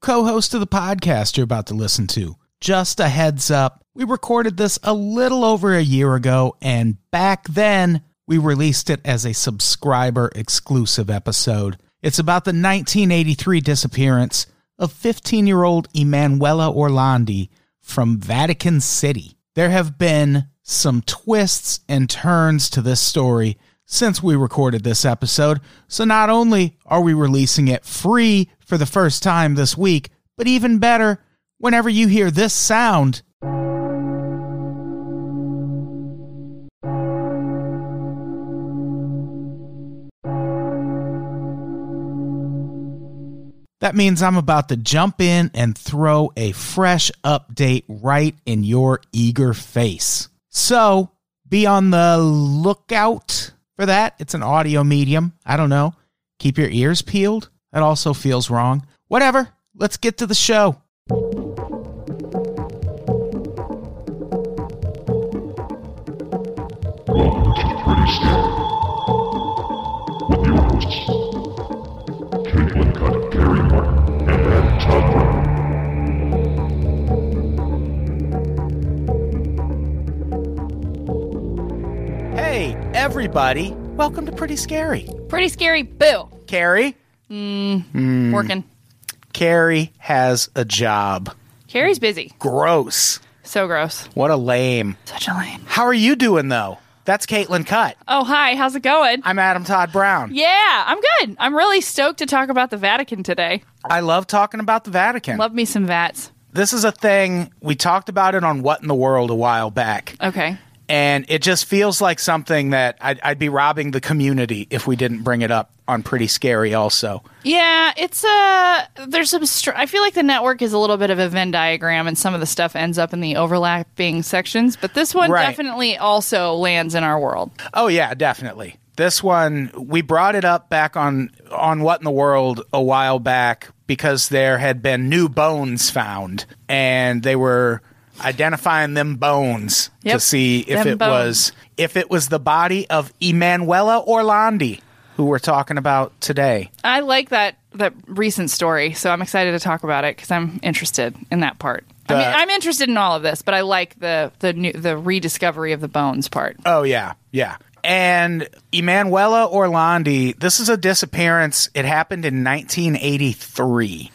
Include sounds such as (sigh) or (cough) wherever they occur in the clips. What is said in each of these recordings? co host of the podcast you're about to listen to. Just a heads up, we recorded this a little over a year ago, and back then, we released it as a subscriber exclusive episode. It's about the 1983 disappearance of 15 year old Emanuela Orlandi from Vatican City. There have been some twists and turns to this story since we recorded this episode. So not only are we releasing it free for the first time this week, but even better, whenever you hear this sound, That means I'm about to jump in and throw a fresh update right in your eager face. So be on the lookout for that. It's an audio medium. I don't know. Keep your ears peeled. That also feels wrong. Whatever. Let's get to the show. Welcome to the Pretty Scary with your hosts, Caitlin Cutt, Gary Martin, and Adam Todd Brown. Hey, everybody. Welcome to Pretty Scary. Pretty scary. Boo. Carrie. Working. Carrie has a job. Carrie's busy. Gross. So gross. What a lame. Such a lame. How are you doing, though? That's Caitlin Cutt. Oh, hi. How's it going? I'm Adam Todd Brown. yeah, I'm good. I'm really stoked to talk about the Vatican today. I love talking about the Vatican. Love me some vats. this is a thing we talked about it on What in the World a while back. Okay. and it just feels like something that I'd, I'd be robbing the community if we didn't bring it up on pretty scary also Yeah, it's uh there's some str- I feel like the network is a little bit of a Venn diagram and some of the stuff ends up in the overlapping sections, but this one Right. definitely also lands in our world. oh yeah definitely this one we brought it up back on on what in the world a while back because there had been new bones found and they were identifying them bones to Yep, see if them it bones. was if it was the body of Emanuela Orlandi who we're talking about today I like that that recent story, so I'm excited to talk about it because I'm interested in that part. I mean, The- I'm interested in all of this, but I like the the new, the rediscovery of the bones part. Oh yeah, yeah. And Emanuela Orlandi, this is a disappearance. It happened in 1983,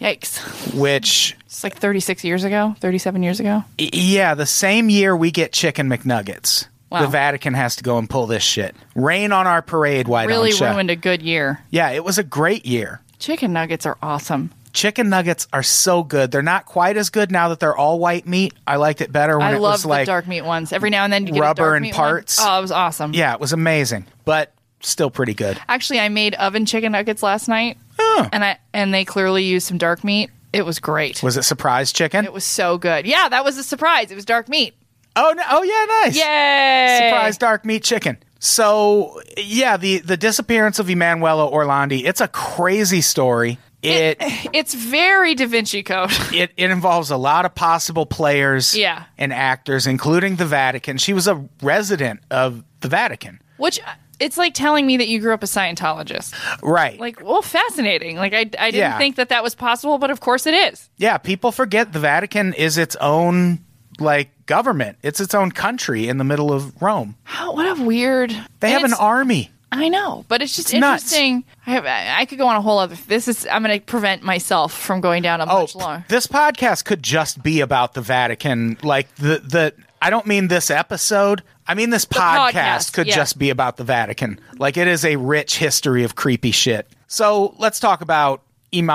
Yikes! which It's like 36 years ago, 37 years ago. y- yeah, the same year we get chicken McNuggets. Wow. The Vatican has to go and pull this shit. Rain on our parade, why really don't ya? ruined a good year. Yeah, it was a great year. Chicken nuggets are awesome. Chicken nuggets are so good. They're not quite as good now that they're all white meat. I liked it better when I it love was like the dark meat ones. Every now and then you get a rubber dark and meat one. parts. Oh, it was awesome. Yeah, it was amazing, but still pretty good. Actually, I made oven chicken nuggets last night, and I and they clearly used some dark meat. It was great. Was it surprise chicken? it was so good. Yeah, that was a surprise. It was dark meat. oh no! Oh yeah, nice. Yay! Surprise dark meat chicken. So yeah, the the disappearance of Emanuela Orlandi, it's a crazy story. It (laughs) It's very Da Vinci Code. (laughs) it, it involves a lot of possible players Yeah. and actors, including the Vatican. She was a resident of the Vatican. Which uh, it's like telling me that you grew up a Scientologist. Right. Like, well, fascinating. Like, I, I didn't Yeah. think that that was possible, but of course it is. yeah, people forget the Vatican is its own like government. It's its own country in the middle of Rome. How, what a weird. They and have an it's- army. I know, but it's just It's nuts. interesting. I have. I I could go on a whole other. This is. I'm going to prevent myself from going down a much Oh, p- longer. This podcast could just be about the Vatican. Like the the I don't mean this episode. I mean this podcast, podcast, could yeah. just be about the Vatican. Like it is a rich history of creepy shit. So let's talk about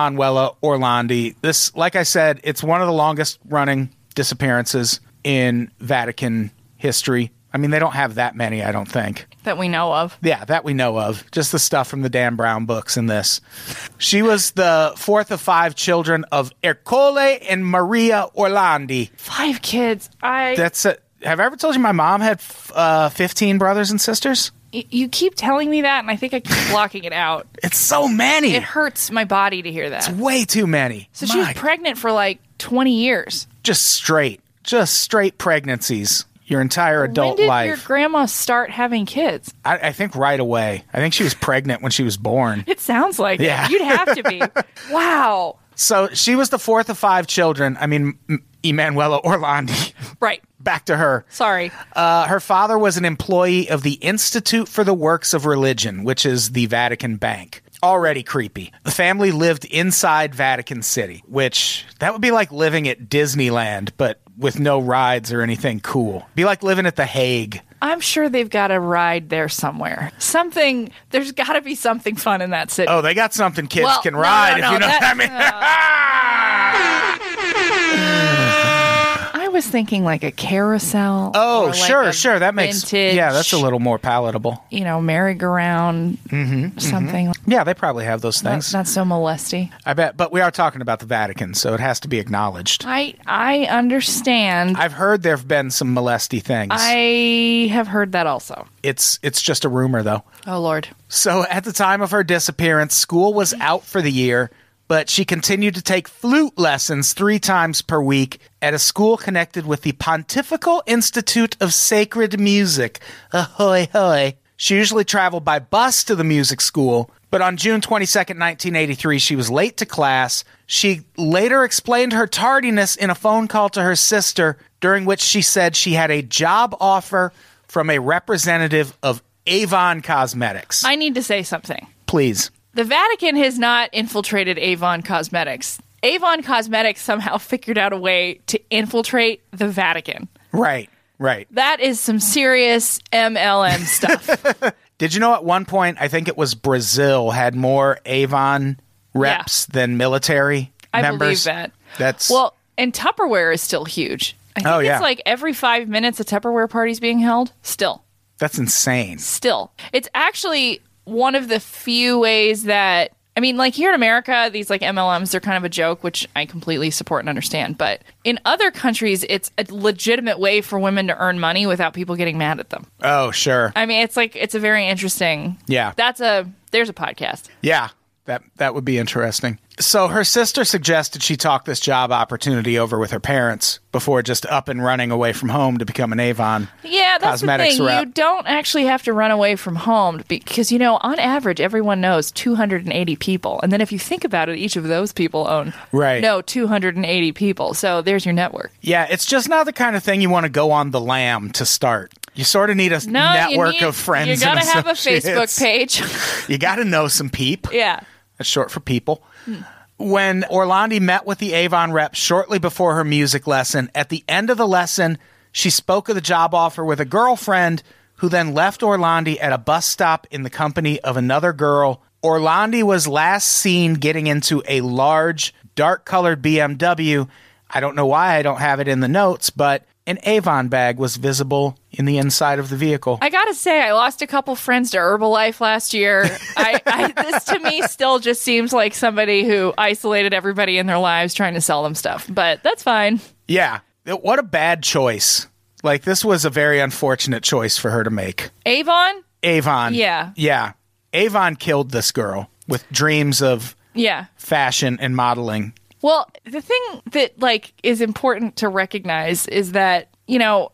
Emanuela Orlandi. This, like I said, it's one of the longest running disappearances in Vatican history. I mean, they don't have that many, I don't think. that we know of. Yeah, that we know of. Just the stuff from the Dan Brown books and this. She was the fourth of five children of Ercole and Maria Orlandi. Five kids. I That's it. Have I ever told you my mom had f- uh, 15 brothers and sisters? y- you keep telling me that, and I think I keep blocking it out. It's so many. It hurts my body to hear that. Way too many. So she was My- pregnant for like 20 years. just straight, just straight pregnancies your entire adult when did life. your grandma start having kids? I, I think right away. I think she was pregnant when she was born. It sounds like it. Yeah. you'd have (laughs) to be. wow. So she was the fourth of five children. I mean, M- Emanuela Orlandi. (laughs) Right. Back to her. Sorry. Uh, her father was an employee of the Institute for the Works of Religion, which is the Vatican Bank. Already creepy. The family lived inside Vatican City, which that would be like living at Disneyland, but with no rides or anything cool. Be like living at The Hague. I'm sure they've got a ride there somewhere. Something. There's got to be something fun in that city. Oh, they got something kids Well, can no, ride, no, if you know no, what I mean. (laughs) I was thinking like a carousel. Oh, or, like, sure, a sure. That makes vintage, yeah, that's a little more palatable. you know merry-go-round mm-hmm. something. Yeah, they probably have those That's things. not so molesty. I bet, but we are talking about the Vatican, so it has to be acknowledged. I I understand. I've heard there've been some molesty things. I have heard that also. it's it's just a rumor though. Oh Lord. So at the time of her disappearance, school was out for the year, but she continued to take flute lessons 3 times per week at a school connected with the Pontifical Institute of Sacred Music. Ahoy hoy. She usually traveled by bus to the music school, but on June 22nd, 1983, she was late to class. She later explained her tardiness in a phone call to her sister, during which she said she had a job offer from a representative of Avon Cosmetics. I need to say something. Please. The Vatican has not infiltrated Avon Cosmetics. Avon Cosmetics somehow (laughs) figured out a way to infiltrate the Vatican. Right, right. That is some serious MLM stuff. (laughs) Did you know at one point, I think it was Brazil had more Avon reps than military I members? believe that. That's Well, and Tupperware is still huge. I think Oh, yeah. it's like every five minutes a Tupperware party's being held. Still. that's insane. still. It's actually one of the few ways that I mean, like here in America, these like MLMs, they're kind of a joke, which I completely support and understand. But in other countries, it's a legitimate way for women to earn money without people getting mad at them. Oh, sure. I mean, it's like it's a very interesting. Yeah. that's a there's a podcast. Yeah, that that would be interesting. So her sister suggested she talk this job opportunity over with her parents before just up and running away from home to become an Avon. Yeah, that's Cosmetics the thing. rep. You don't actually have to run away from home because you know, on average, everyone knows 280 people, and then if you think about it, each of those people own Right. no 280 people. So there's your network. Yeah, it's just not the kind of thing you want to go on the lam to start. You sort of need a No, you network need- of friends. You gotta and have a associates. Facebook page. (laughs) You got to know some peep. yeah. That's short for people. When Orlandi met with the Avon rep shortly before her music lesson, at the end of the lesson, she spoke of the job offer with a girlfriend who then left Orlandi at a bus stop in the company of another girl. Orlandi was last seen getting into a large, dark colored BMW. I don't know why I don't have it in the notes, but an Avon bag was visible in the inside of the vehicle. I gotta say, I lost a couple friends to Herbalife last year. I, I this to me still just seems like somebody who isolated everybody in their lives trying to sell them stuff. But that's fine. Yeah. What a bad choice. Like, this was a very unfortunate choice for her to make. Avon? Avon. Yeah. Yeah. Avon killed this girl with dreams of Yeah. fashion and modeling. Well, the thing that like is important to recognize is that, you know,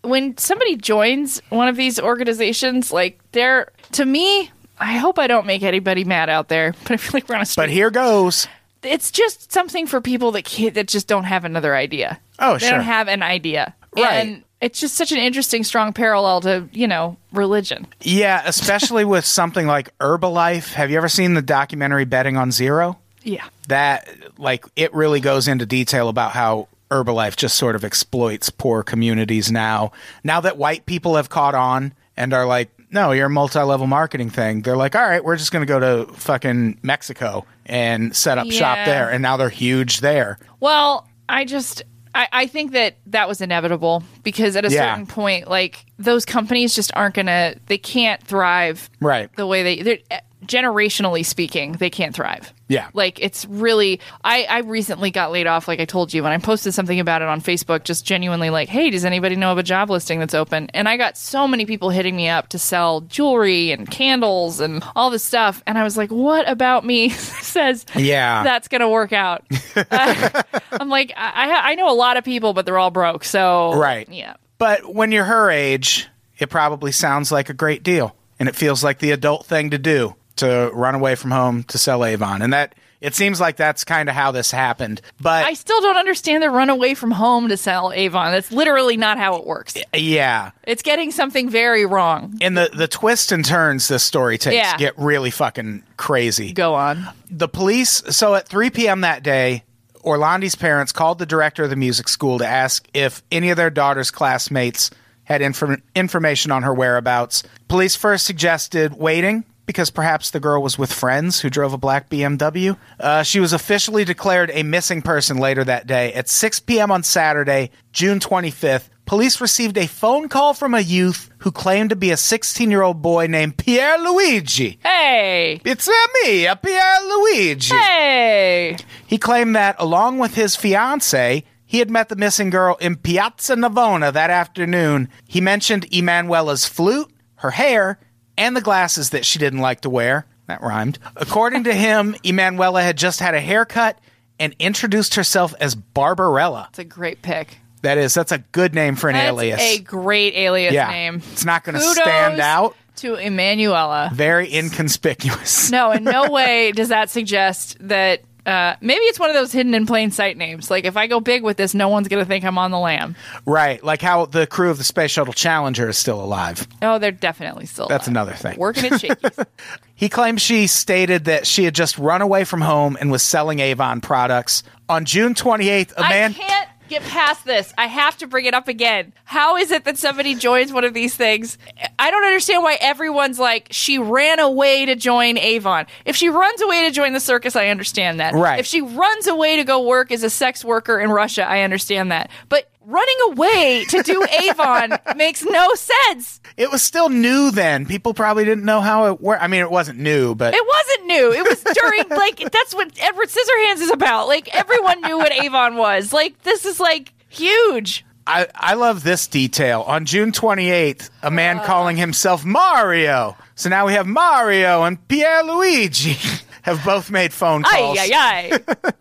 when somebody joins one of these organizations, like they're to me, I hope I don't make anybody mad out there, but I feel like we're on a But here goes. it's just something for people that can't, that just don't have another idea. Oh, they sure. don't have an idea, Right. And it's just such an interesting, strong parallel to you know religion. Yeah, especially with something like Herbalife. Have you ever seen the documentary Betting on Zero? Yeah, That, like, it really goes into detail about how Herbalife just sort of exploits poor communities now. Now that white people have caught on and are like, no, you're a multi level marketing thing, they're like, all right, we're just going to go to fucking Mexico and set up shop Yeah. there. And now they're huge there. Well, I just I, I think that that was inevitable because at a Yeah. certain point, like those companies just aren't gonna, they can't thrive Right. the way they, they're, eh, generationally speaking, they can't thrive. Yeah. Like it's really, I, I recently got laid off, like I told you, and I posted something about it on Facebook, just genuinely like, hey, does anybody know of a job listing that's open? And I got so many people hitting me up to sell jewelry and candles and all this stuff. And I was like, what about me (laughs) says, Yeah. that's going to (laughs) work out? (laughs) I'm like, I, I I know a lot of people, but they're all broke. So, Right. Yeah. But when you're her age, it probably sounds like a great deal. And it feels like the adult thing to do to run away from home to sell Avon. And that it seems like that's kind of how this happened. But I still don't understand the run away from home to sell Avon. That's literally not how it works. yeah. It's getting something very wrong. And the, the twists and turns this story takes Yeah. get really fucking crazy. Go on. the police so at 3 p.m that day orlandi's parents called the director of the music school to ask if any of their daughter's classmates had inform- information on her whereabouts police first suggested waiting because perhaps the girl was with friends who drove a black bmw uh, she was officially declared a missing person later that day at 6 p.m on saturday june 25th police received a phone call from a youth who claimed to be a 16-year-old boy named pierre luigi Hey. it's a me, a Pierre Luigi. Hey. He claimed that, along with his fiancee, he had met the missing girl in Piazza Navona that afternoon. He mentioned Emanuela's flute, her hair, and the glasses that she didn't like to wear. That rhymed. According (laughs) to him, Emanuela had just had a haircut and introduced herself as Barbarella. It's a great pick. That is, that's a good name for an That's alias. a great alias yeah, name. it's not going to Kudos stand out. To Emanuela. Very inconspicuous. No, (laughs) in no way does that suggest that. Uh, maybe it's one of those hidden in plain sight names. Like if I go big with this, no one's gonna think I'm on the lam. Right, like how the crew of the Space Shuttle Challenger is still alive. Oh, they're definitely still. That's alive. another thing. Working at Shakey's. He claimed she stated that she had just run away from home and was selling Avon products. On June 28th, a I man. can't get past this. I have to bring it up again. How is it that somebody joins one of these things? I don't understand why everyone's like, she ran away to join Avon. If she runs away to join the circus, I understand that. Right. If she runs away to go work as a sex worker in Russia, I understand that. But running away (laughs) to do Avon makes no sense. It was still new then. People probably didn't know how it worked. I mean, it wasn't new, but It wasn't new. It was during like that's what Edward Scissorhands is about. Like everyone knew what Avon was. Like this is like huge. I, I love this detail. On June 28th, a man Uh. calling himself Mario. So now we have Mario and Pierluigi (laughs) have both made phone Ay calls. ay ay.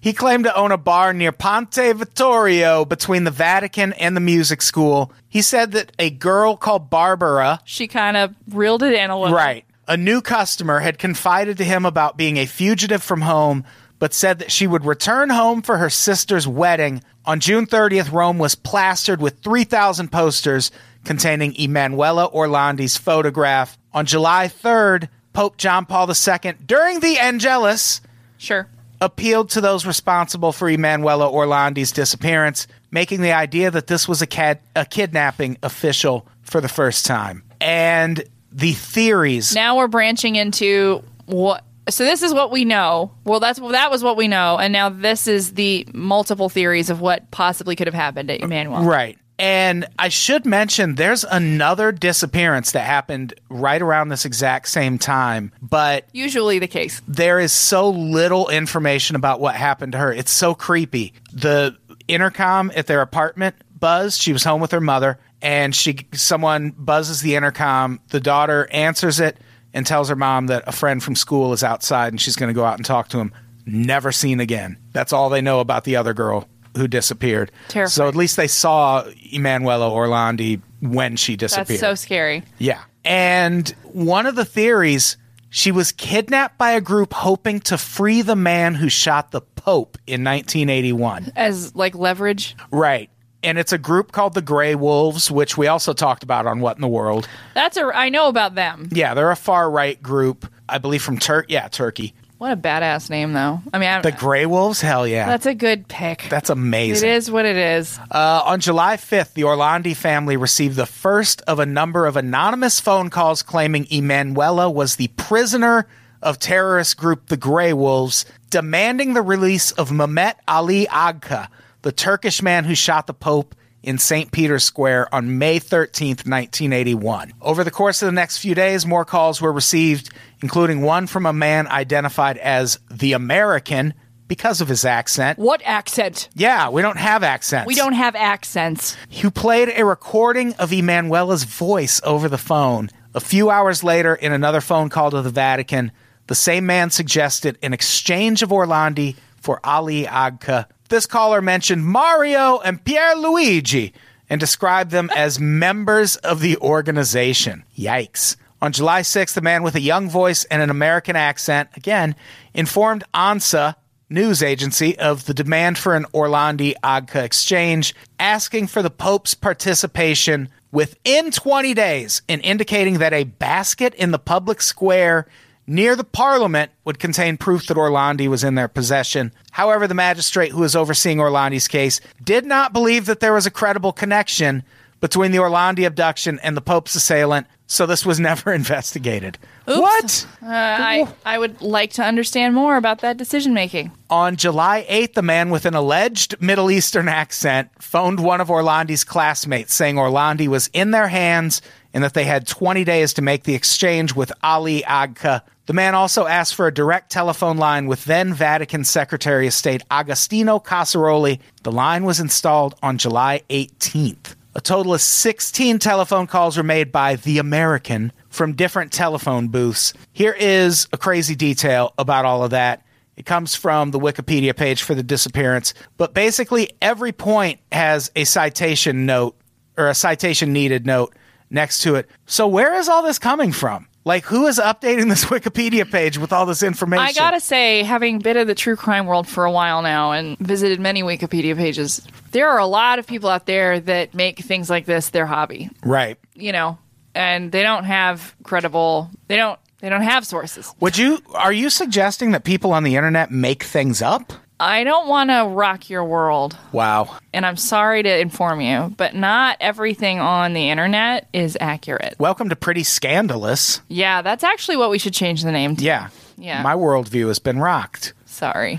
He claimed to own a bar near Ponte Vittorio between the Vatican and the music school. He said that a girl called Barbara she kind of reeled it in a little. Right. A new customer had confided to him about being a fugitive from home, but said that she would return home for her sister's wedding. On June 30th, Rome was plastered with 3,000 posters containing Emanuela Orlandi's photograph. On July 3rd, Pope John Paul II, during the Angelus, Sure. appealed to those responsible for Emanuela Orlandi's disappearance, making the idea that this was a, cad- a kidnapping official for the first time. And the theories. Now we're branching into what. So this is what we know. Well, that's that was what we know, and now this is the multiple theories of what possibly could have happened at Emmanuel. right. And I should mention there's another disappearance that happened right around this exact same time, but Usually the case. there is so little information about what happened to her. It's so creepy. The intercom at their apartment buzzed. She was home with her mother, and she someone buzzes the intercom. The daughter answers it and tells her mom that a friend from school is outside and she's going to go out and talk to him. Never seen again. That's all they know about the other girl who disappeared. Terrifying. So at least they saw Emanuela Orlandi when she disappeared. That's so scary. Yeah. And one of the theories, she was kidnapped by a group hoping to free the man who shot the Pope in 1981. As like leverage, Right. And it's a group called the Grey Wolves, which we also talked about on What in the World. that's a I know about them. Yeah, they're a far right group, I believe from Turk. Yeah, Turkey. What a badass name, though. I mean, I, The Grey Wolves? Hell yeah. that's a good pick. That's it amazing. is what it is. Uh, on July 5th, the Orlandi family received the first of a number of anonymous phone calls claiming Emanuela was the prisoner of terrorist group the Grey Wolves, demanding the release of Mehmet Ali Agca, the Turkish man who shot the Pope in St. Peter's Square on May 13th, 1981. Over the course of the next few days, more calls were received, including one from a man identified as the American because of his accent. What accent? Yeah, we don't have accents. We don't have accents. Who played a recording of Emanuela's voice over the phone. A few hours later, in another phone call to the Vatican, the same man suggested an exchange of Orlandi for Ali Agca. This caller mentioned Mario and Pierluigi and described them as members of the organization. Yikes. On July 6th, a man with a young voice and an American accent, again, informed ANSA, news agency, of the demand for an Orlandi Agca exchange, asking for the Pope's participation within 20 days and indicating that a basket in the public square near the parliament would contain proof that Orlandi was in their possession. However, the magistrate who was overseeing Orlandi's case did not believe that there was a credible connection between the Orlandi abduction and the Pope's assailant, so this was never (laughs) investigated. What? Uh, I, I would like to understand more about that decision making. On July 8th, a man with an alleged Middle Eastern accent phoned one of Orlandi's classmates saying Orlandi was in their hands and that they had 20 days to make the exchange with Ali Agca. The man also asked for a direct telephone line with then Vatican Secretary of State Agostino Casaroli. The line was installed on July 18th. A total of 16 telephone calls were made by the American from different telephone booths. Here is a crazy detail about all of that. It comes from the Wikipedia page for the disappearance, but basically every point has a citation note or a citation needed note next to it. So where is all this coming from? Like who is updating this (laughs) Wikipedia page with all this information? I gotta say, having been in the true crime world for a while now and visited many Wikipedia pages, there are a lot of people out there that make things like this their hobby, right. you know, and they don't have credible, they don't, they don't have sources. Would you are you suggesting that people on the internet make things up? I don't want to rock your world, Wow. and I'm sorry to inform you, but not everything on the internet is accurate. Welcome to pretty scandalous. Yeah, that's actually what we should change the name to. Yeah. Yeah. My worldview has been rocked. Sorry.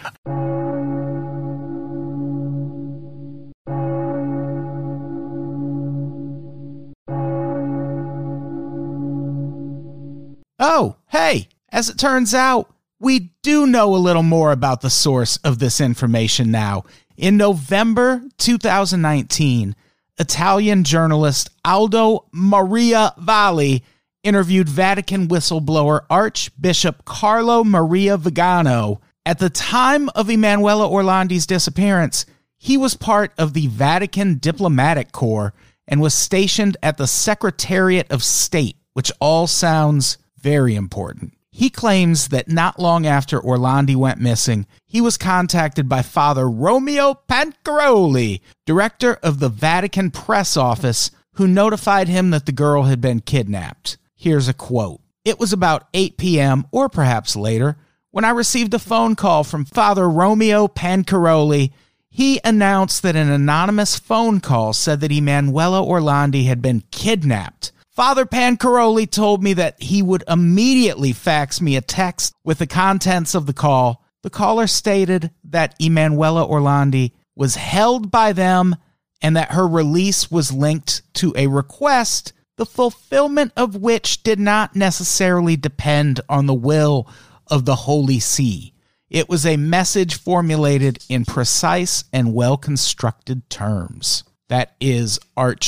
Oh, hey, as it turns out, we do know a little more about the source of this information now. In November 2019, Italian journalist Aldo Maria Valli interviewed Vatican whistleblower Archbishop Carlo Maria Vigano. At the time of Emanuela Orlandi's disappearance, he was part of the Vatican Diplomatic Corps and was stationed at the Secretariat of State, which all sounds very important. He claims that not long after Orlandi went missing, he was contacted by Father Romeo Pancaroli, director of the Vatican press office, who notified him that the girl had been kidnapped. Here's a quote It was about 8 p.m., or perhaps later, when I received a phone call from Father Romeo Pancaroli. He announced that an anonymous phone call said that Emanuela Orlandi had been kidnapped. Father Pancaroli told me that he would immediately fax me a text with the contents of the call. The caller stated that Emanuela Orlandi was held by them and that her release was linked to a request, the fulfillment of which did not necessarily depend on the will of the Holy See. It was a message formulated in precise and well constructed terms. That is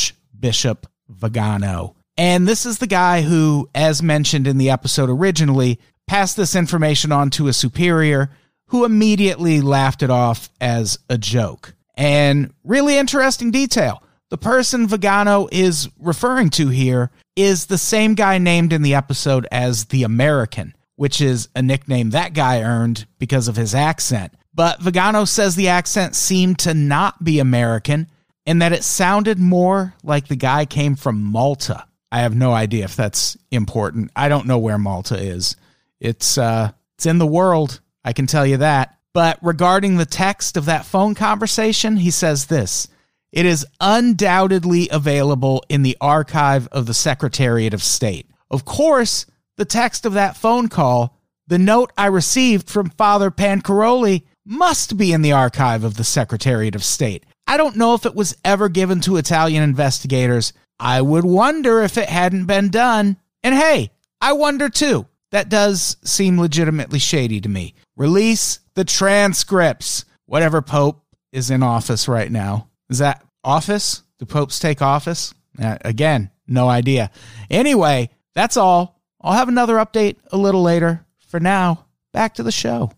Archbishop Vigano. And this is the guy who, as mentioned in the episode originally, passed this information on to a superior who immediately laughed it off as a joke. And really interesting detail. The person Vigano is referring to here is the same guy named in the episode as the American, which is a nickname that guy earned because of his accent. But Vigano says the accent seemed to not be American and that it sounded more like the guy came from Malta. I have no idea if that's important. I don't know where Malta is. It's uh it's in the world, I can tell you that. But regarding the text of that phone conversation, he says this. It is undoubtedly available in the archive of the Secretariat of State. Of course, the text of that phone call, the note I received from Father Pancaroli must be in the archive of the Secretariat of State. I don't know if it was ever given to Italian investigators. I would wonder if it hadn't been done. And hey, I wonder too. That does seem legitimately shady to me. Release the transcripts. Whatever Pope is in office right now. Is that office? Do popes take office? Uh, again, no idea. Anyway, that's all. I'll have another update a little later. For now, back to the show.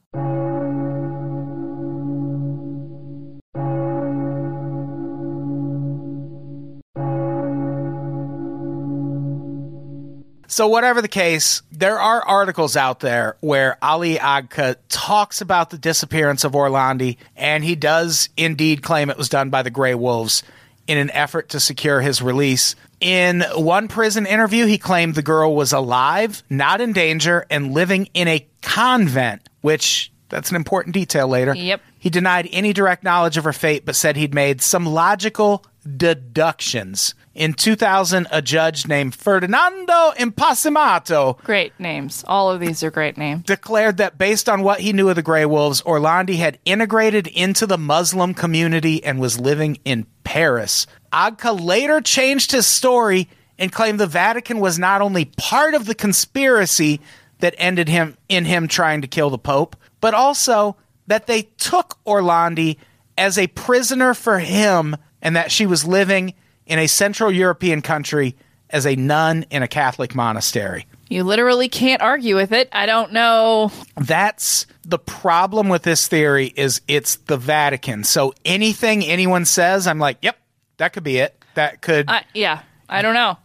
So, whatever the case, there are articles out there where Ali Agca talks about the disappearance of Orlandi, and he does indeed claim it was done by the Grey Wolves in an effort to secure his release. In one prison interview, he claimed the girl was alive, not in danger, and living in a convent, which that's an important detail later. Yep. He denied any direct knowledge of her fate, but said he'd made some logical deductions. In 2000, a judge named Ferdinando Impasimato Great names. All of these are great names. declared that based on what he knew of the Grey Wolves, Orlandi had integrated into the Muslim community and was living in Paris. Agca later changed his story and claimed the Vatican was not only part of the conspiracy that ended him in him trying to kill the Pope, but also that they took Orlandi as a prisoner for him and that she was living in a Central European country as a nun in a Catholic monastery. You literally can't argue with it. I don't know. that's the problem with this theory is it's the Vatican. So anything anyone says, I'm like, yep, that could be it. That could I, yeah, I don't know.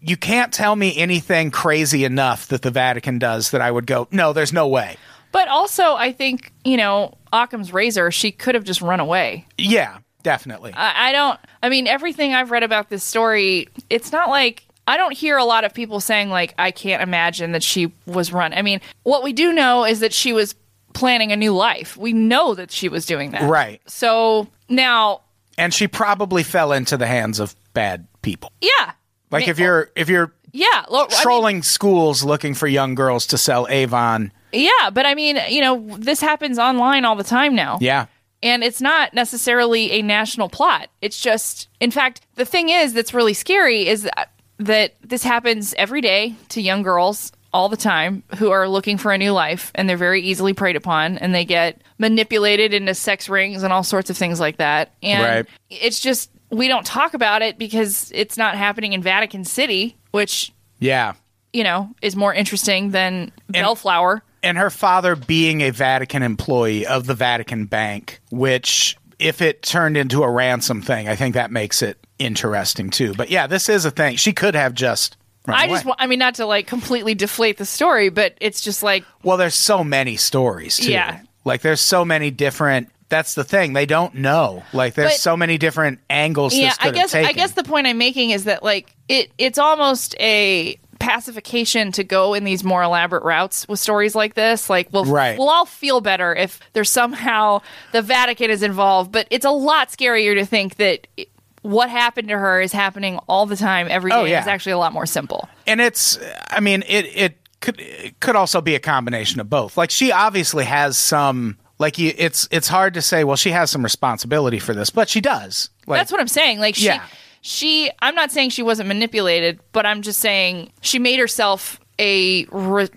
you can't tell me anything crazy enough that the Vatican does that I would go, no, there's no way. But also, I think, you know, Occam's razor, she could have just run away. Yeah, definitely. I, I don't, I mean, everything I've read about this story, it's not like, I don't hear a lot of people saying, like, I can't imagine that she was run. I mean, what we do know is that she was planning a new life. We know that she was doing that. Right. So now, and she probably fell into the hands of bad people. yeah. Like if you're if you're yeah, lo- I mean- trolling schools looking for young girls to sell Avon, Yeah, but I mean, you know, this happens online all the time now. yeah. And it's not necessarily a national plot. It's just, in fact, the thing is that's really scary is that, that this happens every day to young girls all the time who are looking for a new life and they're very easily preyed upon and they get manipulated into sex rings and all sorts of things like that. And Right. it's just, we don't talk about it because it's not happening in Vatican City, which, Yeah. you know, is more interesting than Bellflower. and her father being a Vatican employee of the Vatican Bank, which if it turned into a ransom thing, I think that makes it interesting too. But yeah, this is a thing. She could have just. Run I away. just, wa- I mean, not to like completely deflate the story, but it's just like, well, there's so many stories too. Yeah. Like there's so many different. That's the thing. They don't know. Like there's But- so many different angles. yeah. this could I have guess, I taken. guess the point I'm making is that like it, it's almost a pacification to go in these more elaborate routes with stories like this. Like, we'll, Right. we'll all feel better if there's somehow the Vatican is involved, but it's a lot scarier to think that. i what happened to her is happening all the time, every day. Oh, and yeah. It's actually a lot more simple. and it's i mean it it could it could also be a combination of both like she obviously has some like you, it's it's hard to say well she has some responsibility for this but she does like That's what I'm saying. Like she, Yeah. she. I'm not saying she wasn't manipulated, but I'm just saying she made herself a. Re,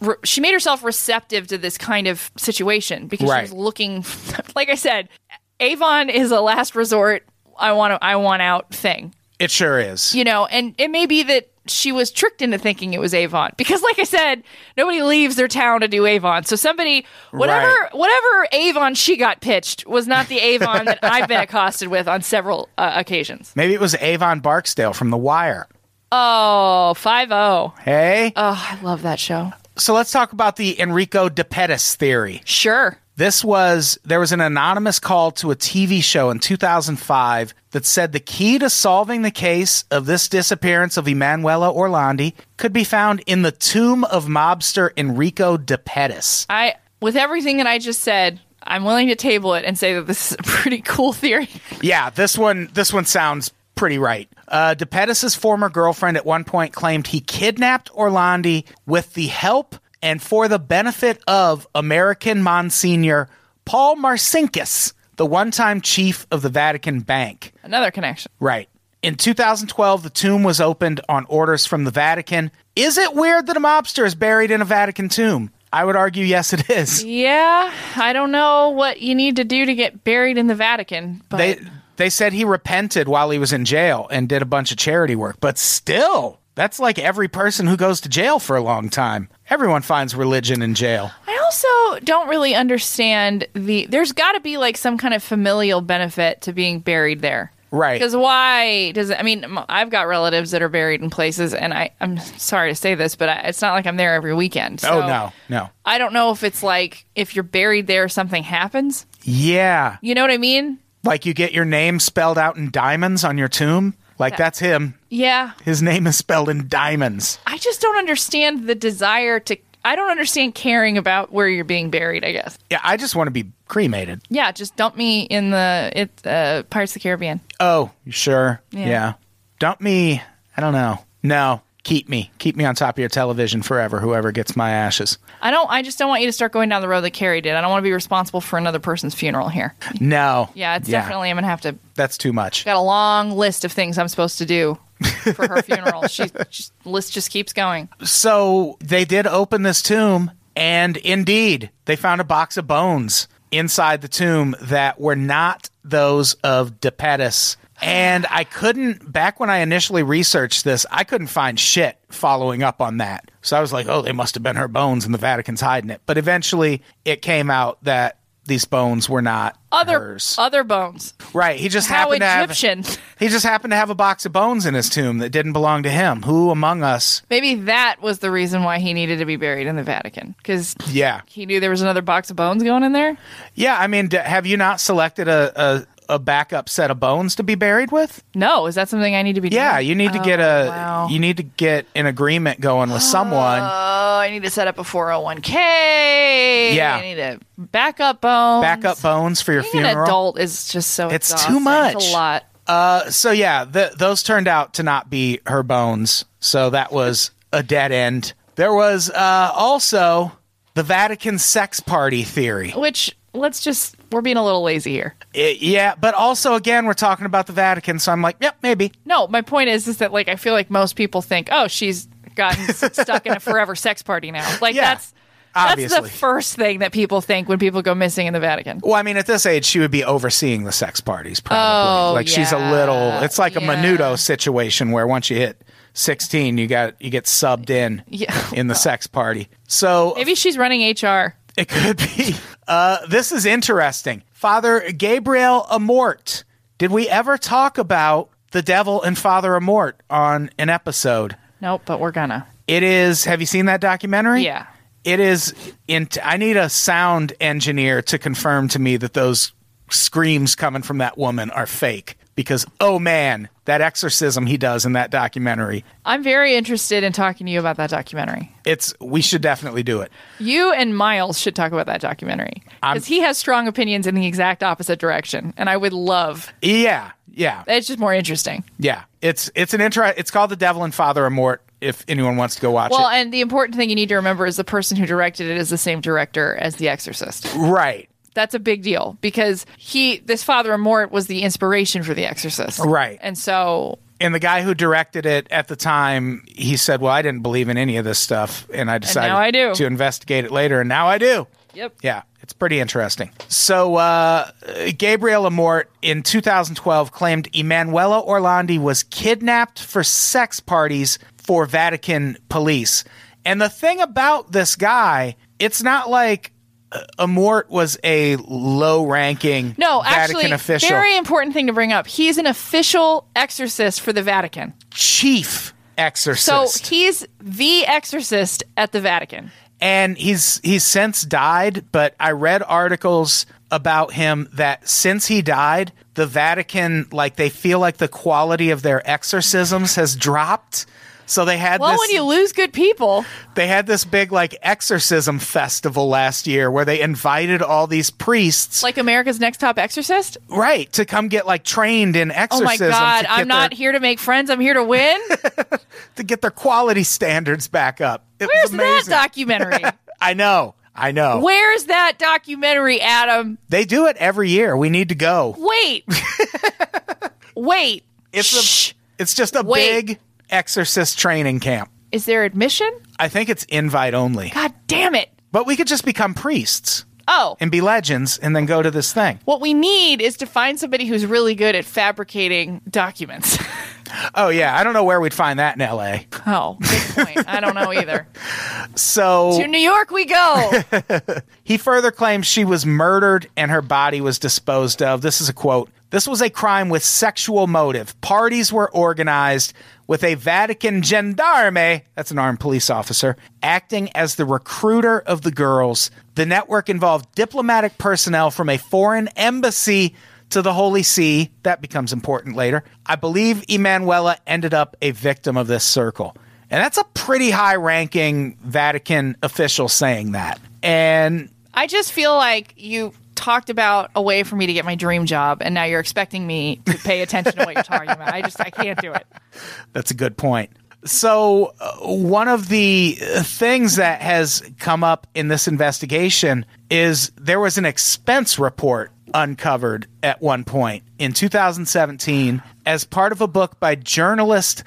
re- she made herself receptive to this kind of situation because Right. she was looking. (laughs) Like I said, Avon is a last resort. I want to. I want out thing. it sure is You know, and it may be that she was tricked into thinking it was Avon because, like I said, nobody leaves their town to do Avon. So somebody, whatever, Right. whatever Avon she got pitched was not the Avon that I've been accosted with on several uh, occasions. maybe it was avon barksdale from the wire Oh, five zero. hey Oh, I love that show. so let's talk about the enrico de pettis theory Sure. This was there was an anonymous call to a TV show in 2005 that said the key to solving the case of this disappearance of Emanuela Orlandi could be found in the tomb of mobster Enrico de Pettis. I with everything that I just said, I'm willing to table it and say that this is a pretty cool theory. Yeah, this one this one sounds pretty right. Uh, De Pettis' former girlfriend at one point claimed he kidnapped Orlandi with the help and for the benefit of American Monsignor Paul Marcinkus, the one time chief of the Vatican Bank. Another connection. Right. In 2012, the tomb was opened on orders from the Vatican. Is it weird that a mobster is buried in a Vatican tomb? I would argue yes, it is. Yeah, I don't know what you need to do to get buried in the Vatican, but They they said he repented while he was in jail and did a bunch of charity work, but still, that's like every person who goes to jail for a long time. Everyone finds religion in jail. I also don't really understand the. There's got to be like some kind of familial benefit to being buried there. Right. Because why does it? I mean, m- I've got relatives that are buried in places, and I, I'm sorry to say this, but I, it's not like I'm there every weekend. oh so no, no. I don't know if it's like if you're buried there, something happens. Yeah. You know what I mean? Like you get your name spelled out in diamonds on your tomb? Like that's him. Yeah. His name is spelled in diamonds. I just don't understand the desire to. I don't understand caring about where you're being buried. I guess. Yeah, I just want to be cremated. Yeah, just dump me in the it uh, Pirates of the Caribbean. Oh, sure. Yeah. Yeah. Dump me. I don't know. No. Keep me. Keep me on top of your television forever, whoever gets my ashes. I don't. I just don't want you to start going down the road that Carrie did. I don't want to be responsible for another person's funeral here. No. Yeah, it's definitely. I'm gonna have to. That's too much. Got a long list of things I'm supposed to do for her funeral. She just, list just keeps going. So they did open this tomb, and indeed, they found a box of bones inside the tomb that were not those of Depetus. And I couldn't, back when I initially researched this, I couldn't find shit following up on that. So I was like, oh, they must have been her bones and the Vatican's hiding it. But eventually it came out that these bones were not Other hers. other bones. right. He just How happened to have- Egyptian? he just happened to have a box of bones in his tomb that didn't belong to him. Who among us Maybe that was the reason why he needed to be buried in the Vatican because Yeah. he knew there was another box of bones going in there. Yeah, I mean, d- have you not selected a, a, a backup set of bones to be buried with? No, is that something I need to be? Yeah, doing? you need to get Oh, a wow. you need to get an agreement going with (gasps) someone. Oh, I need to set up a 401k. Yeah. I need to back up bones. Backup bones for your Being an funeral. adult is just so It's too exhausting. It's much. a lot. Uh, so yeah, th those turned out to not be her bones. So that was a dead end. There was uh, also the Vatican sex party theory. Which let's just we're being a little lazy here. It- yeah, but also again, we're talking about the Vatican, so I'm like, yep, maybe. No, my point is is that like I feel like most people think, oh, she's gotten (laughs) s- stuck in a forever sex party now. Like Yeah, that's that's the obviously. first thing that people think when people go missing in the Vatican. Well, I mean, at this age, she would be overseeing the sex parties, probably. Oh, like she's a yeah, little. It's like a yeah. menudo situation where once you hit sixteen, you got you get subbed in Yeah. (laughs) in the sex party. So Maybe she's running HR. it could be. Uh, this is interesting, Father Gabriel Amort. Did we ever talk about the devil and Father Amort on an episode? Nope, but we're gonna. It is. Have you seen that documentary? Yeah. It is. In, I need a sound engineer to confirm to me that those screams coming from that woman are fake. Because oh man, that exorcism he does in that documentary. I'm very interested in talking to you about that documentary. It's. We should definitely do it. You and Miles should talk about that documentary because he has strong opinions in the exact opposite direction, and I would love. Yeah. Yeah. It's just more interesting. Yeah. It's. It's an intro. It's called The Devil and Father Amort. If anyone wants to go watch Well, it. and the important thing you need to remember is the person who directed it is the same director as The Exorcist. right. That's a big deal because he, this Father Amort, was the inspiration for The Exorcist, Right. And so, And the guy who directed it at the time, he said, "Well, I didn't believe in any of this stuff, and I decided now I do. to investigate it later, and now I do." yep, Yeah, it's pretty interesting. So, uh, Gabriel Amort in 2012 claimed Emanuela Orlandi was kidnapped for sex parties for Vatican police. And the thing about this guy, it's not like uh, Amort was a low ranking no, Vatican actually, official. very important thing to bring up. He's an official exorcist for the Vatican, Chief so exorcist. he's the exorcist at the Vatican. and he's he's since died but i read articles about him that since he died the vatican like they feel like the quality of their exorcisms has dropped so they had Well, this when you lose good people, they had this big like exorcism festival last year where they invited all these priests like America's Next Top Exorcist. right to come get like trained in Oh my exorcism God! to get I'm not their, here to make friends. I'm here (laughs) to win. to get their quality standards back up it Where's was amazing that documentary? i know I know. Where's that documentary, Adam? They do it every year. We need to go. (laughs) Wait. Wait. It's a- Shh. It's just a Wait. big exorcist training camp. Is there admission? I think it's invite only. God damn it. But we could just become priests Oh. and be legends and then go to this thing. what we need is to find somebody who's really good at fabricating documents. (laughs) Oh yeah, I don't know where we'd find that in LA. oh, good point. I don't know (laughs) either. To So New York (laughs) we go. he further claims she was murdered and her body was disposed of. This is a quote. This was a crime with sexual motive. Parties were organized with a Vatican gendarme, that's an armed police officer, acting as the recruiter of the girls. The network involved diplomatic personnel from a foreign embassy to the Holy See. That becomes important later. I believe Emanuela ended up a victim of this circle. And that's a pretty high ranking Vatican official saying that. And I just feel like you talked about a way for me to get my dream job and now you're expecting me to pay attention to what you're talking about. I just I can't do it. That's a good point. So, uh, one of the uh, things that has come up in this investigation is there was an expense report uncovered at one point in 2017 as part of a book by journalist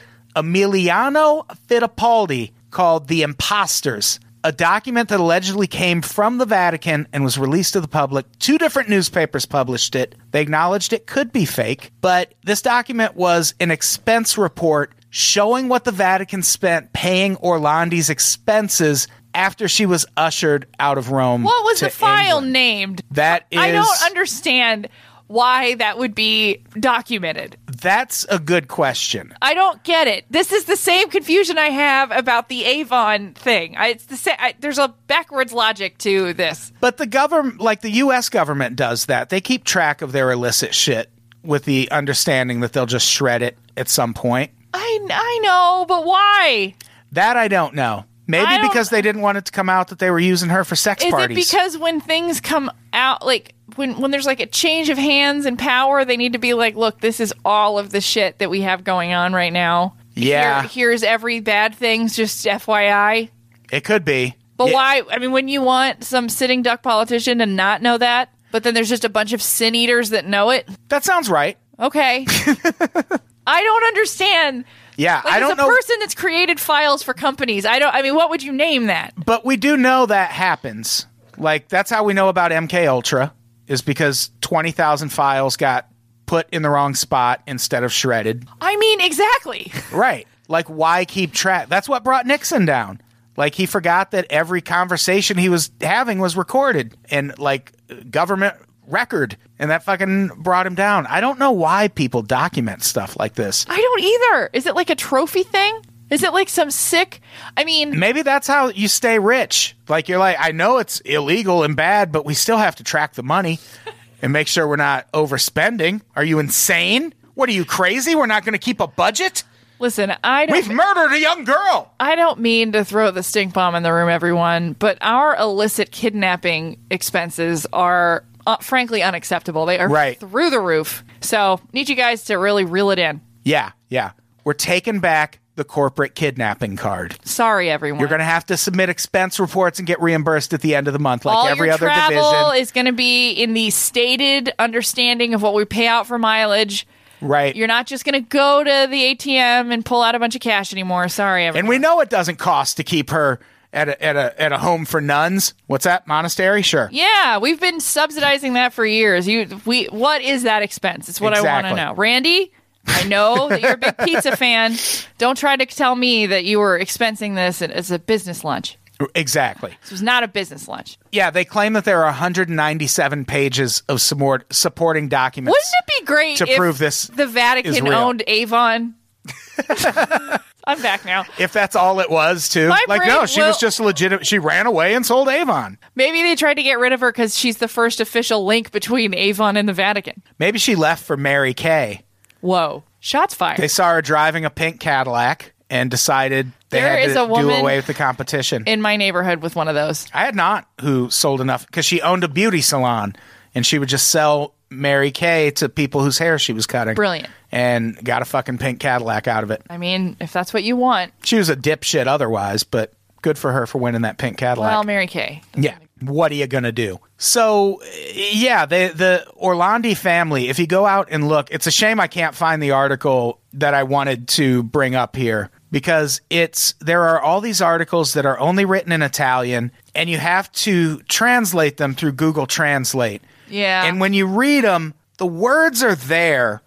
Emiliano Fittipaldi called The Imposters, a document that allegedly came from the Vatican and was released to the public. Two different newspapers published it. They acknowledged it could be fake, but this document was an expense report showing what the Vatican spent paying Orlandi's expenses after she was ushered out of Rome. What was to the file England. named? That I is- don't understand why that would be documented. That's a good question. I don't get it. This is the same confusion I have about the Avon thing. I, it's the sa- I, there's a backwards logic to this. But the government, like the U.S. government, does that. They keep track of their illicit shit with the understanding that they'll just shred it at some point. I, I know, but why? That I don't know. Maybe I don't- because they didn't want it to come out that they were using her for sex Is parties. it because when things come out, like when when there's like a change of hands and power, they need to be like, look, this is all of the shit that we have going on right now. Yeah. Here- here's every bad thing. Just FYI. it could be. But Yeah. why? I mean, when you want some sitting duck politician to not know that, but then there's just a bunch of sin eaters that know it. That sounds right. (laughs) Okay. I don't understand. Yeah, Like, I don't as a know. person that's created files for companies, I don't. I mean, what would you name that? but we do know that happens. Like that's how we know about MK Ultra is because twenty thousand files got put in the wrong spot instead of shredded. I mean, exactly. Right. Like, why keep track? That's what brought Nixon down. Like, he forgot that every conversation he was having was recorded and, like, government record. And that fucking brought him down. I don't know why people document stuff like this. I don't either. Is it like a trophy thing? Is it like some sick? I mean, Maybe that's how you stay rich. Like, you're like, I know it's illegal and bad, but we still have to track the money and make sure we're not overspending. Are you insane? What are you crazy? We're not going to keep a budget? listen, I don't. We've murdered a young girl. I don't mean to throw the stink bomb in the room, everyone, but our illicit kidnapping expenses are uh, frankly unacceptable. They are Right. through the roof. So, need you guys to really reel it in. Yeah, yeah. We're taking back the corporate kidnapping card. Sorry, everyone. You're going to have to submit expense reports and get reimbursed at the end of the month, like All every your other travel division. is going to be in the stated understanding of what we pay out for mileage. right. You're not just going to go to the ATM and pull out a bunch of cash anymore. Sorry, everyone. and we know it doesn't cost to keep her at a, at a at a home for nuns. What's that monastery? Sure. Yeah, we've been subsidizing that for years. You, we, what is that expense? It's what I Exactly. want to know, Randy. I (laughs) know that you're a big pizza fan. Don't try to tell me that you were expensing this as a business lunch. Exactly. This was not a business lunch. Yeah, they claim that there are 197 pages of support, supporting documents. Wouldn't it be great to if prove this the is Vatican real. owned (laughs) Avon? I'm back now. if that's all it was, too. My like, brain no, she was will- just legitimate. She ran away and sold Avon. Maybe they tried to get rid of her because she's the first official link between Avon and the Vatican. Maybe she left for Mary Kay. Whoa. Shots fired. They saw her driving a pink Cadillac and decided they There had is to a do woman- away with the competition. in my neighborhood with one of those. I had not who sold enough because she owned a beauty salon and she would just sell Mary Kay to people whose hair she was cutting. Brilliant. And got a fucking pink Cadillac out of it. I mean, if that's what you want, She was a dipshit otherwise, but good for her for winning that pink Cadillac. well, Mary Kay. yeah. what are you going to do? So, yeah, the the Orlandi family, if you go out and look, it's a shame I can't find the article that I wanted to bring up here because it's there are all these articles that are only written in Italian and you have to translate them through Google Translate. Yeah. And when you read them, the words are there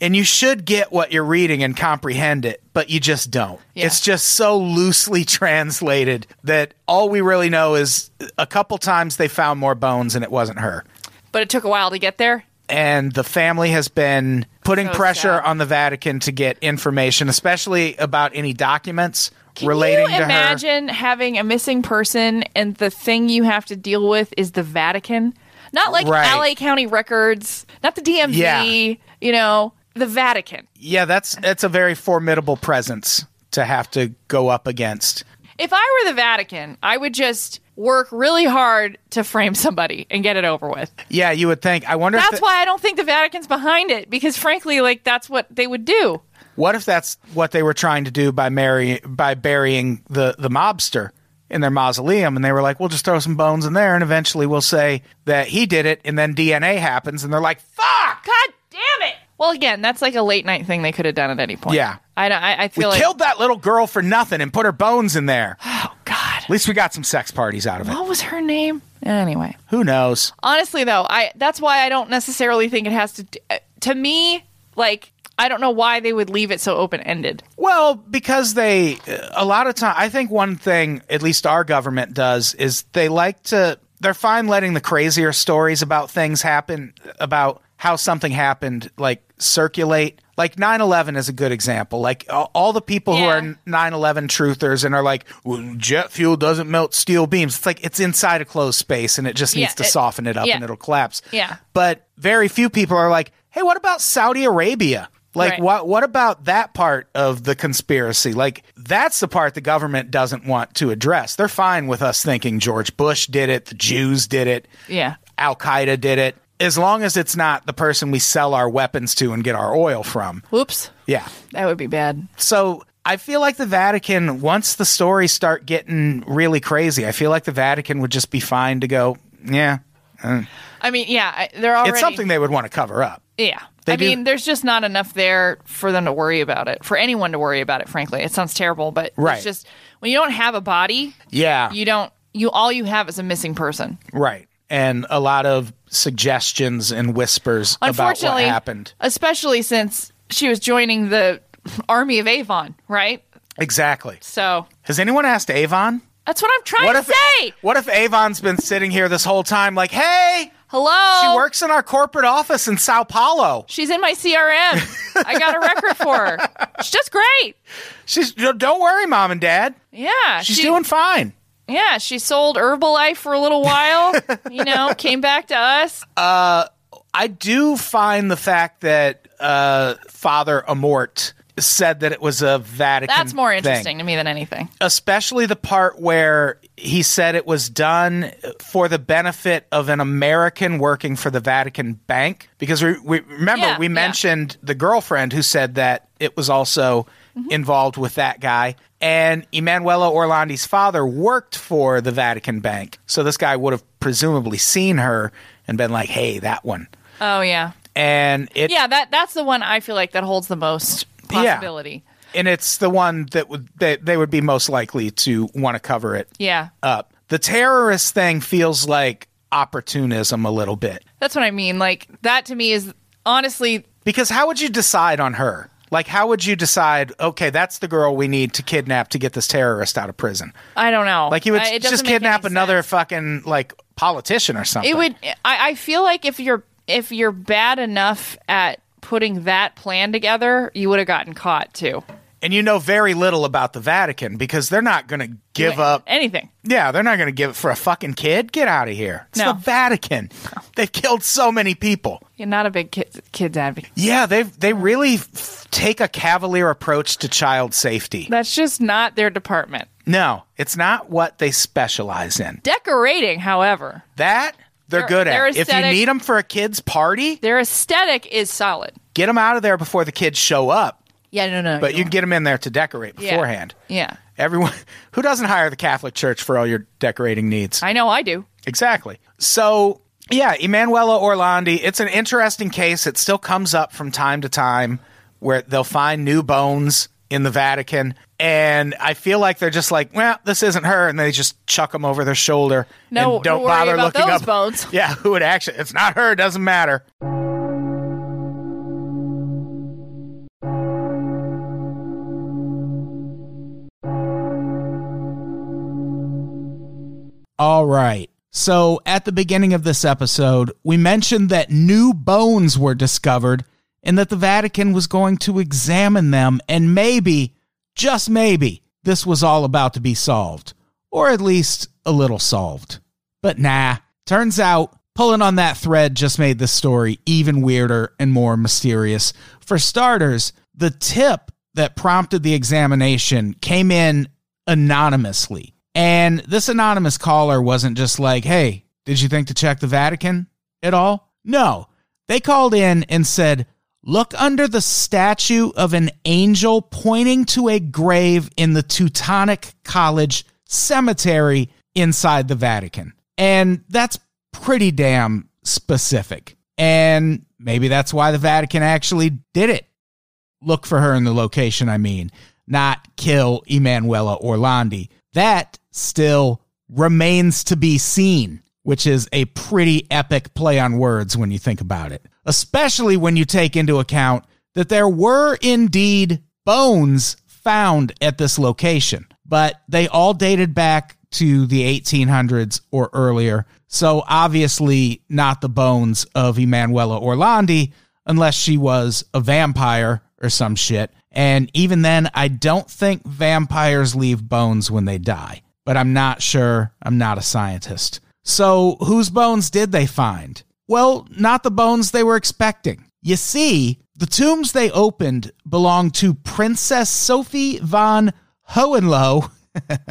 and you should get what you're reading and comprehend it, but you just don't. Yeah. It's just so loosely (laughs) translated that all we really know is a couple times they found more bones and it wasn't her. But it took a while to get there. And the family has been putting So pressure sad. on the Vatican to get information, especially about any documents relating Can you to her. imagine having a missing person and the thing you have to deal with is the Vatican? Not like Right. LA County Records, not the DMV, Yeah. you know, the Vatican. Yeah, that's that's a very formidable presence to have to go up against. If I were the Vatican, I would just work really hard to frame somebody and get it over with. Yeah, you would think. I wonder. if That's the- why I don't think the Vatican's behind it because frankly like that's what they would do. What if that's what they were trying to do by marry by burying the the mobster in their mausoleum and they were like, "We'll just throw some bones in there and eventually we'll say that he did it and then DNA happens." And they're like, "Fuck. God damn it. Well, again, that's like a late night thing they could have done at any point. Yeah. I don't- I, I We feel like killed that little girl for nothing and put her bones in there. At God. least we got some sex parties out of it. What was her name? Anyway. Who knows?" honestly though i that's why i don't necessarily think it has to d- uh, to me like i don't know why they would leave it so open-ended Well, because they a lot of time I think one thing at least our government does is they like to they're fine letting the crazier stories about things happen about how something happened like circulate. Like 9/11 is a good example. Like all all the people Yeah. who are 9/11 truthers and are like well, jet fuel doesn't melt steel beams. It's like it's inside a closed space and it just Yeah, needs to it- soften it up yeah. and it'll collapse. Yeah. But very few people are like, "Hey, what about Saudi Arabia?" Like Right. what what what about that part of the conspiracy? Like that's the part the government doesn't want to address. They're fine with us thinking George Bush did it, the Jews did it, yeah Al Qaeda did it. As long as it's not the person we sell our weapons to and get our oil from. whoops Yeah. that would be bad So I feel like the Vatican, once the stories start getting really crazy, I feel like the Vatican would just be fine to go, yeah. i mean yeah I, they're already It's something they would want to cover up. yeah They i do- mean there's just not enough there for them to worry about it for anyone to worry about it frankly it sounds terrible but Right. it's just when you don't have a body Yeah. you don't you all you have is a missing person right. And a lot of suggestions and whispers about what unfortunately happened. especially since she was joining the (laughs) army of avon right Exactly. so Has anyone asked Avon? That's what I'm trying What to if say. What if Avon's been sitting here this whole time like, "Hey, Hello. she works in our corporate office in Sao Paulo. She's in my (laughs) CRM. I got a record for her. She's just great. She's don't worry, mom and dad. Yeah. She's she- doing fine." Yeah, she sold Herbalife for a little while, you know, came back to us. I do find the fact that uh, Father Amort said that it was a Vatican That's more thing. interesting to me than anything. especially the part where he said it was done for the benefit of an American working for the Vatican Bank. Because we, we remember Yeah, we yeah. mentioned the girlfriend who said that it was also Mm-hmm. involved with that guy. And Emanuela Orlandi's father worked for the Vatican Bank. So this guy would have presumably seen her and been like, hey, that one. Oh yeah. And it Yeah, that that's the one I feel like that holds the most Yeah. possibility. and it's the one that would that they would be most likely to want to cover it Yeah. up. The terrorist thing feels like opportunism a little bit. That's what I mean. Like that to me is honestly Because how would you decide on her? Like, how would you decide, okay, that's the girl we need to kidnap to get this terrorist out of prison? I don't know. Like, you would I- Uh, it just doesn't make any kidnap sense. another fucking, like, politician or something. It would. I, I feel like if you're if you're bad enough at putting that plan together, you would have gotten caught too. And you know very little about the Vatican because they're not going to give up. anything. Yeah, they're not going to give it for a fucking kid. Get out of here. It's No. the Vatican. They've killed so many people. You're not a big kid, kids advocate. Yeah, they they really f- take a cavalier approach to child safety. That's just not their department. No, it's not what they specialize in. Decorating, however, That they're Their- good their at. If you aesthetic- need them for a kid's party, their aesthetic is solid. get them out of there before the kids show up. Yeah, no, no. But you can get them in there to decorate Yeah. beforehand. Yeah, (laughs) Everyone who doesn't hire the Catholic Church for all your decorating needs. I know. I do. Exactly. So, yeah, Emanuela Orlandi, it's an interesting case. It still comes up from time to time where they'll find new bones in the Vatican. And I feel like they're just like, well, this isn't her. And they just chuck them over their shoulder. No, and don't don't worry bother about looking those up. bones. (laughs) Yeah, who it actually, it's not her. It doesn't matter. All right. So at the beginning of this episode, we mentioned that new bones were discovered and that the Vatican was going to examine them. And maybe, just maybe, this was all about to be solved, or at least a little solved. But nah, turns out pulling on that thread just made this story even weirder and more mysterious. For starters, the tip that prompted the examination came in anonymously. And this anonymous caller wasn't just like, hey, did you think to check the Vatican at all? No. They called in and said, look under the statue of an angel pointing to a grave in the Teutonic College cemetery inside the Vatican. And that's pretty damn specific. And maybe that's why the Vatican actually did it look for her in the location, I mean, not kill Emanuela Orlandi. That still remains to be seen, which is a pretty epic play on words when you think about it, especially when you take into account that there were indeed bones found at this location, but they all dated back to the 1800s or earlier. So obviously not the bones of Emanuela Orlandi, unless she was a vampire or some shit. And even then, I don't think vampires leave bones when they die, but I'm not sure. I'm not a scientist. So, whose bones did they find? Well, not the bones they were expecting. You see, the tombs they opened belonged to Princess Sophie von Hohenlohe (laughs)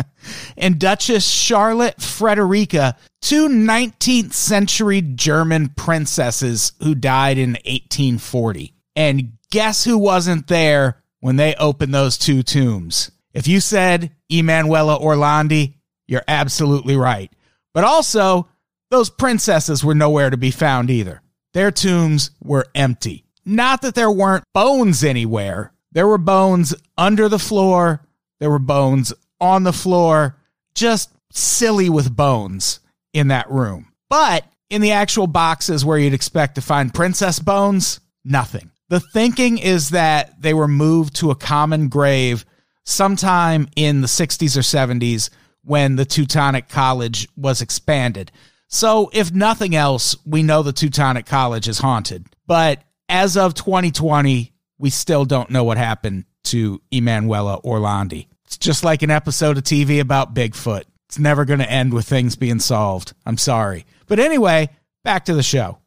and Duchess Charlotte Frederica, two 19th century German princesses who died in 1840. And guess who wasn't there when they opened those two tombs? If you said Emanuela Orlandi, you're absolutely right. But also, those princesses were nowhere to be found either. Their tombs were empty. Not that there weren't bones anywhere. There were bones under the floor. There were bones on the floor. Just silly with bones in that room. But in the actual boxes where you'd expect to find princess bones, nothing. The thinking is that they were moved to a common grave sometime in the 60s or 70s when the Teutonic College was expanded. So, if nothing else, we know the Teutonic College is haunted. But as of 2020, we still don't know what happened to Emanuela Orlandi. It's just like an episode of TV about Bigfoot. It's never going to end with things being solved. I'm sorry. But anyway, back to the show.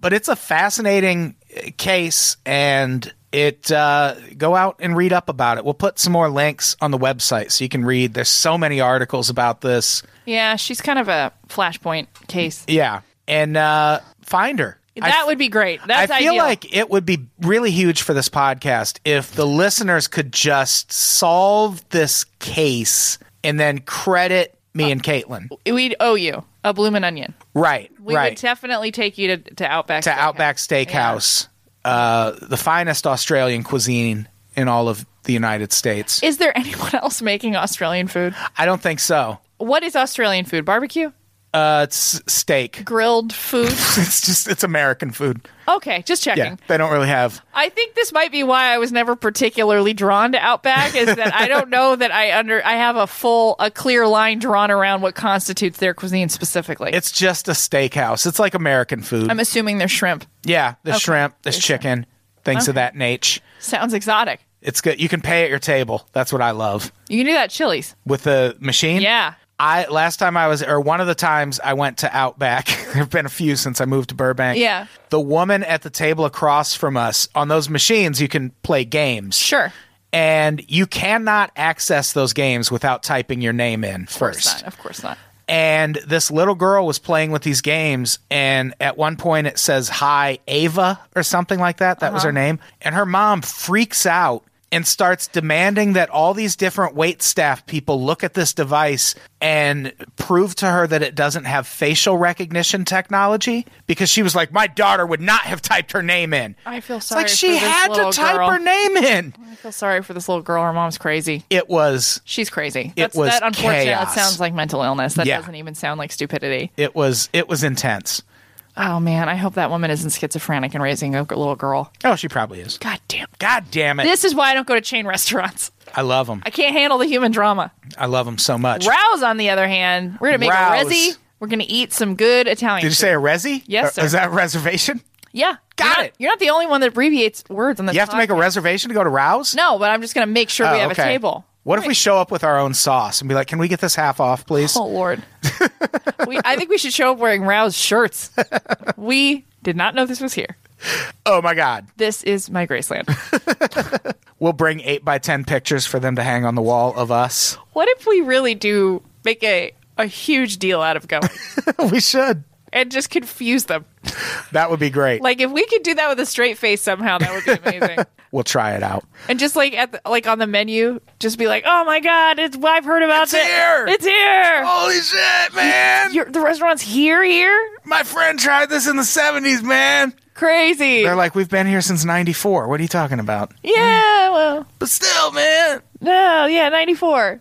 but it's a fascinating uh, case and it uh, go out and read up about it we'll put some more links on the website so you can read there's so many articles about this Yeah, she's kind of a flashpoint case. yeah and uh, find her I That would be great. That's I feel ideal. like it would be really huge for this podcast if the listeners could just solve this case and then credit me and Caitlin. we'd owe you a bloomin' onion. Right, We right. would definitely take you to, to Outback. to Steakhouse. Outback Steakhouse, uh, the finest Australian cuisine in all of the United States. Is there anyone (laughs) else making Australian food? I don't think so. What is Australian food? Barbecue, Uh, it's steak. (laughs) grilled food. It's just it's American food. Okay, just checking. Yeah, they don't really have. I think this might be why I was never particularly drawn to Outback is that I don't know that I under I have a full a clear line drawn around what constitutes their cuisine specifically. It's just a steakhouse. It's like American food. I'm assuming they're shrimp. yeah, there's shrimp, there's chicken, things of that nature. Sounds exotic. It's good. You can pay at your table. That's what I love You can do that at Chili's. with the machine. Yeah. I last time I was, or one of the times I went to Outback. (laughs) there have been a few since I moved to Burbank. Yeah. The woman at the table across from us on those machines, you can play games. Sure. And you cannot access those games without typing your name in Of course first. not. Of course not. And this little girl was playing with these games, and at one point it says "Hi Ava" or something like that. That was Uh-huh. her name, and her mom freaks out and starts demanding that all these different wait staff people look at this device and prove to her that it doesn't have facial recognition technology because she was like my daughter would not have typed her name in I feel it's like sorry she for this had to little type girl. her name in I feel sorry for this little girl. Her mom's crazy. it was She's crazy. That's, was that unfortunate. chaos. That sounds like mental illness. That Yeah. doesn't even sound like stupidity. it was it was intense Oh man, I hope that woman isn't schizophrenic and raising a g- little girl. oh she probably is God damn. god damn it This is why I don't go to chain restaurants. i love them I can't handle the human drama. i love them so much Rouse, on the other hand, we're gonna make Rouse. a resi. We're gonna eat some good Italian. did you food. say a resi Yes, Or- sir. is that a reservation Yeah, Got You're not- it. You're not the only one that abbreviates words on this. you have to make Oh, a podcast. reservation to go to rouse No, but I'm just gonna make sure we have a table. what if we show up with our own sauce and be like can we get this half off please Oh (laughs) Lord, we, I think we should show up wearing Rouse shirts. we did not know this was here. oh my god This is my Graceland. we'll bring 8 by 10 pictures for them to hang on the wall of us (laughs) What if we really do make a a huge deal out of going we should and just confuse them? that would be great Like if we could do that with a straight face somehow, that would be (laughs) amazing. we'll try it out and just like at the, like on the menu, just be like, "Oh my god, it's I've heard about it. here!" It's here. holy shit man You're, the restaurant's here, here. my friend tried this in the 70s man Crazy. They're like, we've been here since '94. What are you talking about? yeah. Well, But still, man. no. Yeah, ninety (laughs) four.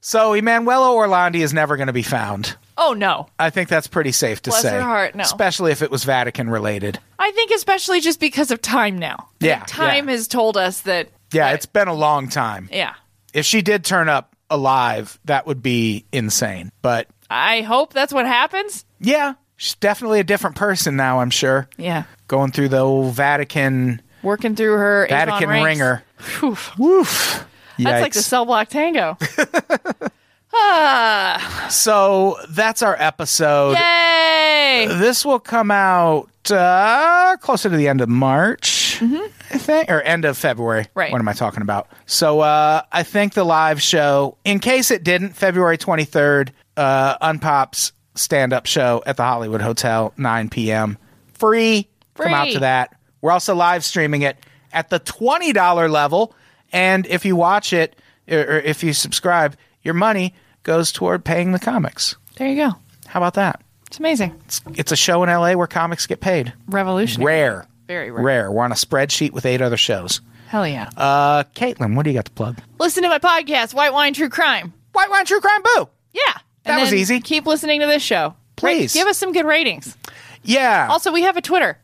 So Emanuela Orlandi is never going to be found. oh no. I think that's pretty safe to Bless say. her heart, no. Especially if it was Vatican related. I think especially just because of time now. I think Yeah, Time yeah. has told us that. Yeah, it's been a long time. Yeah. If she did turn up alive, that would be insane. But I hope that's what happens. yeah, she's definitely a different person now. I'm sure. Yeah. Going through the old Vatican Working through her Avon Vatican ranks. ringer. Whew. Woof. That's like the Yikes. cell (laughs) block tango. ah, so that's our episode. yay! This will come out uh, closer to the end of March, I think, or end of February. Mm-hmm. Right. What am I talking about? So uh, I think the live show, in case it didn't, February 23rd, uh, Unpop's stand up show at the Hollywood Hotel, 9 p.m. Free. Come out Free. to that. We're also live streaming it at the $20 level. And if you watch it or or if you subscribe, your money goes toward paying the comics. There you go. How about that? It's amazing. It's It's, it's a show in LA where comics get paid. revolutionary. Rare. Very rare. rare. We're on a spreadsheet with eight other shows. Hell yeah. Uh, Caitlin, what do you got to plug? Listen to my podcast, White Wine True Crime. White Wine True Crime Boo. Yeah. And That was then easy. Keep listening to this show. Please. Give us some good ratings. Yeah. Also, we have a Twitter.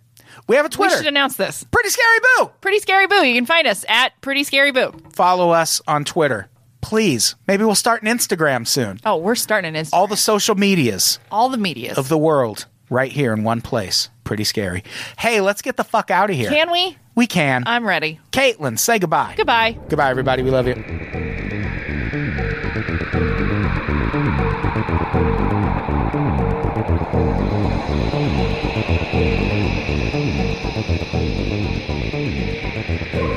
we have a We should Twitter. announce this. Pretty Scary Boo. Pretty Scary Boo. You can find us at Pretty Scary Boo. Follow us on Twitter. Please. Maybe we'll start an Instagram soon. Oh, we're starting an Insta- All the social medias all the medias. of the world right here in one place. Pretty scary. Hey, let's get the fuck out of here. can we? we can. I'm ready. Caitlin, say goodbye. Goodbye. Goodbye, everybody. We love you. Thank